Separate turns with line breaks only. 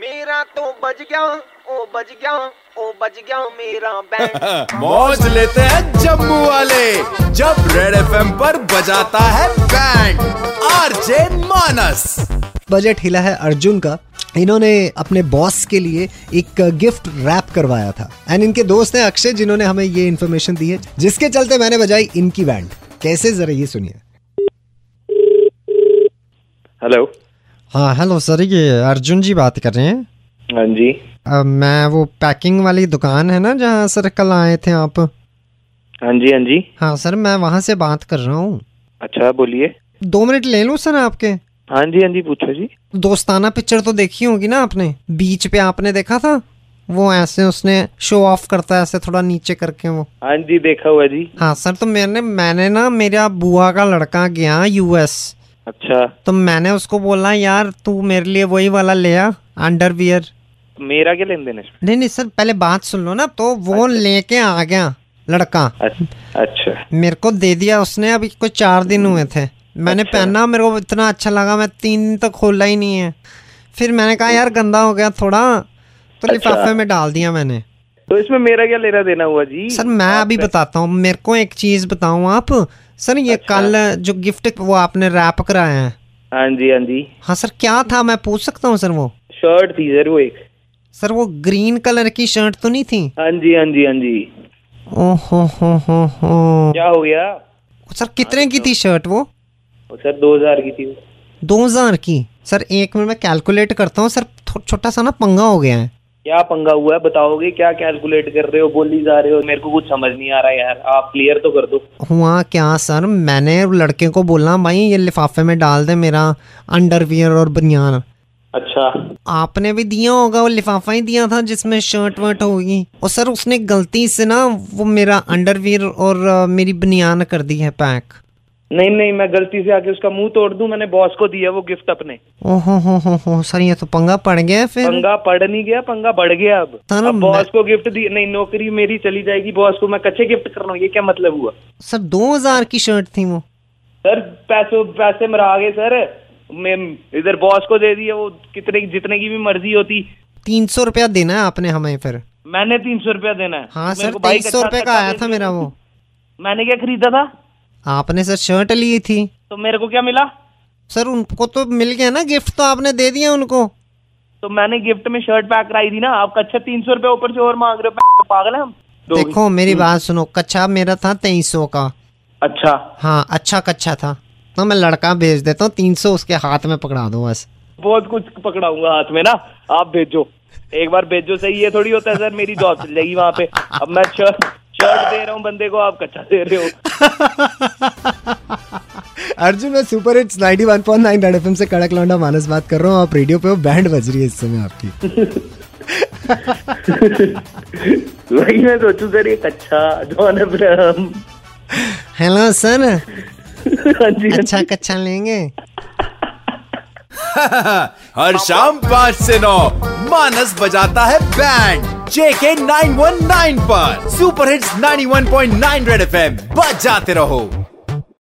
मेरा तो बज गया ओ बज गया ओ बज गया मेरा बैंड
मौज लेते हैं जम्मू वाले जब रेड एफएम पर बजाता है बैंड आरजे मानस
बजट हिला है अर्जुन का इन्होंने अपने बॉस के लिए एक गिफ्ट रैप करवाया था एंड इनके दोस्त हैं अक्षय जिन्होंने हमें ये इन्फॉर्मेशन दी है जिसके चलते मैंने बजाई इनकी बैंड कैसे जरा ये सुनिए
हेलो
हाँ हेलो सर ये अर्जुन जी बात कर रहे हैं
हाँ जी
अ, मैं वो पैकिंग वाली दुकान है ना जहाँ सर कल आए थे आप
हाँ जी हाँ जी
हाँ सर मैं वहाँ से बात कर रहा हूँ
अच्छा बोलिए
दो मिनट ले लूँ सर आपके
हाँ जी हाँ जी पूछो जी
दोस्ताना पिक्चर तो देखी होगी ना आपने बीच पे आपने देखा था वो ऐसे उसने शो ऑफ करता है ऐसे थोड़ा नीचे करके वो
हाँ जी देखा हुआ जी
हाँ सर तो मैंने मैंने ना मेरा बुआ का लड़का गया यूएस
अच्छा
तो मैंने उसको बोला यार तू मेरे लिए वही वाला ले आ अंडरवियर
मेरा क्या लेन देन है इसमें?
नहीं नहीं सर पहले बात सुन लो ना तो वो लेके आ गया लड़का
अच्छा- अच्छा
मेरे को दे दिया उसने अभी कोई चार दिन हुए थे मैंने पहना मेरे को इतना अच्छा लगा मैं तीन दिन तक खोला ही नहीं है फिर मैंने कहा यार गंदा हो गया थोड़ा तो लिफाफे में डाल दिया मैंने
तो इसमें मेरा क्या लेना देना हुआ जी हाँ
सर मैं अभी बताता हूँ मेरे को एक चीज़ बताऊँ आप सर ये कल जो गिफ्ट वो आपने रैप कराया है
हाँ जी हाँ जी
हाँ सर क्या था मैं पूछ सकता हूँ सर वो
शर्ट थी सर वो एक
सर वो ग्रीन कलर की शर्ट तो नहीं थी
हाँ जी हाँ जी हाँ जी
ओ हो हो हो हो
क्या हो गया
सर कितने की थी शर्ट वो
वो सर दो हजार की थी वो।
दो हजार की सर एक मिनट में कैलकुलेट करता हूँ सर थो- छोटा सा ना पंगा हो गया है
क्या पंगा हुआ है बताओगे क्या कैलकुलेट कर रहे हो बोली जा रहे हो मेरे को कुछ समझ नहीं आ रहा यार आप क्लियर तो कर दो
हुआ क्या सर मैंने लड़के को बोला भाई ये लिफाफे में डाल दे मेरा अंडरवियर और बनियान
अच्छा
आपने भी दिया होगा वो लिफाफा ही दिया था जिसमें शर्ट वर्ट होगी और सर उसने गलती से ना वो मेरा अंडरवियर और अ, मेरी बनियान कर दी है पैक
नहीं नहीं मैं गलती से आके उसका मुंह तोड़ दूं मैंने बॉस को दिया वो गिफ्ट अपने
ओहो हो हो हो सर ये तो पंगा पड़ गया है फिर
पंगा पड़ नहीं गया पंगा बढ़ गया अब
सर,
अब बॉस
मैं-
को गिफ्ट दी नहीं नौकरी मेरी चली जाएगी बॉस को मैं कच्चे गिफ्ट कर रहा हूँ ये क्या मतलब हुआ
सर दो हजार की शर्ट थी वो
सर पैसे पैसे मरा गए सर मैं इधर बॉस को दे दिया वो कितने जितने की भी मर्जी होती
तीन सौ रुपया देना है आपने हमें फिर
मैंने तीन सौ रुपया देना है
हाँ
मेरे
सर
को भाई
तेईस सौ
कच्चा-
रुपये का
कच्चा
आया
दे
था
दिया।
मेरा वो
मैंने क्या खरीदा था
आपने सर शर्ट ली थी
तो मेरे को क्या मिला
सर उनको तो मिल गया ना गिफ्ट तो आपने दे दिया उनको
तो मैंने गिफ्ट में शर्ट पैक कराई थी ना आप कच्चा तीन सौ रुपया ऊपर से और मांग रहे हो तो पागल है हम दोगे।
देखो मेरी बात सुनो कच्चा मेरा था तेईस सौ का
अच्छा
हाँ अच्छा कच्चा था तो मैं लड़का भेज देता हूँ तीन सौ उसके हाथ में पकड़ा दो बस
बहुत कुछ पकड़ाऊंगा हाथ में ना आप भेजो एक बार भेजो सही ये थोड़ी होता है सर मेरी जॉब चल जाएगी वहाँ पे अब मैं शर्ट शर्ट दे रहा हूँ बंदे को आप कच्चा दे रहे हो
अर्जुन मैं super hits 91.9 one point nine red से कड़क लौंडा मानस बात कर रहा हूँ आप रेडियो पे हो बैंड बज रही है इस समय आपकी
वही मैं सोचू सर ये कच्चा जॉन अब्राहम
हेलो सर
हाँ जी
अच्छा कच्चा लेंगे
हर शाम पाँच से नौ मानस बजाता है बैंड जेके 919 पर सुपर हिट्स 91.9 रेड एफएम बजाते रहो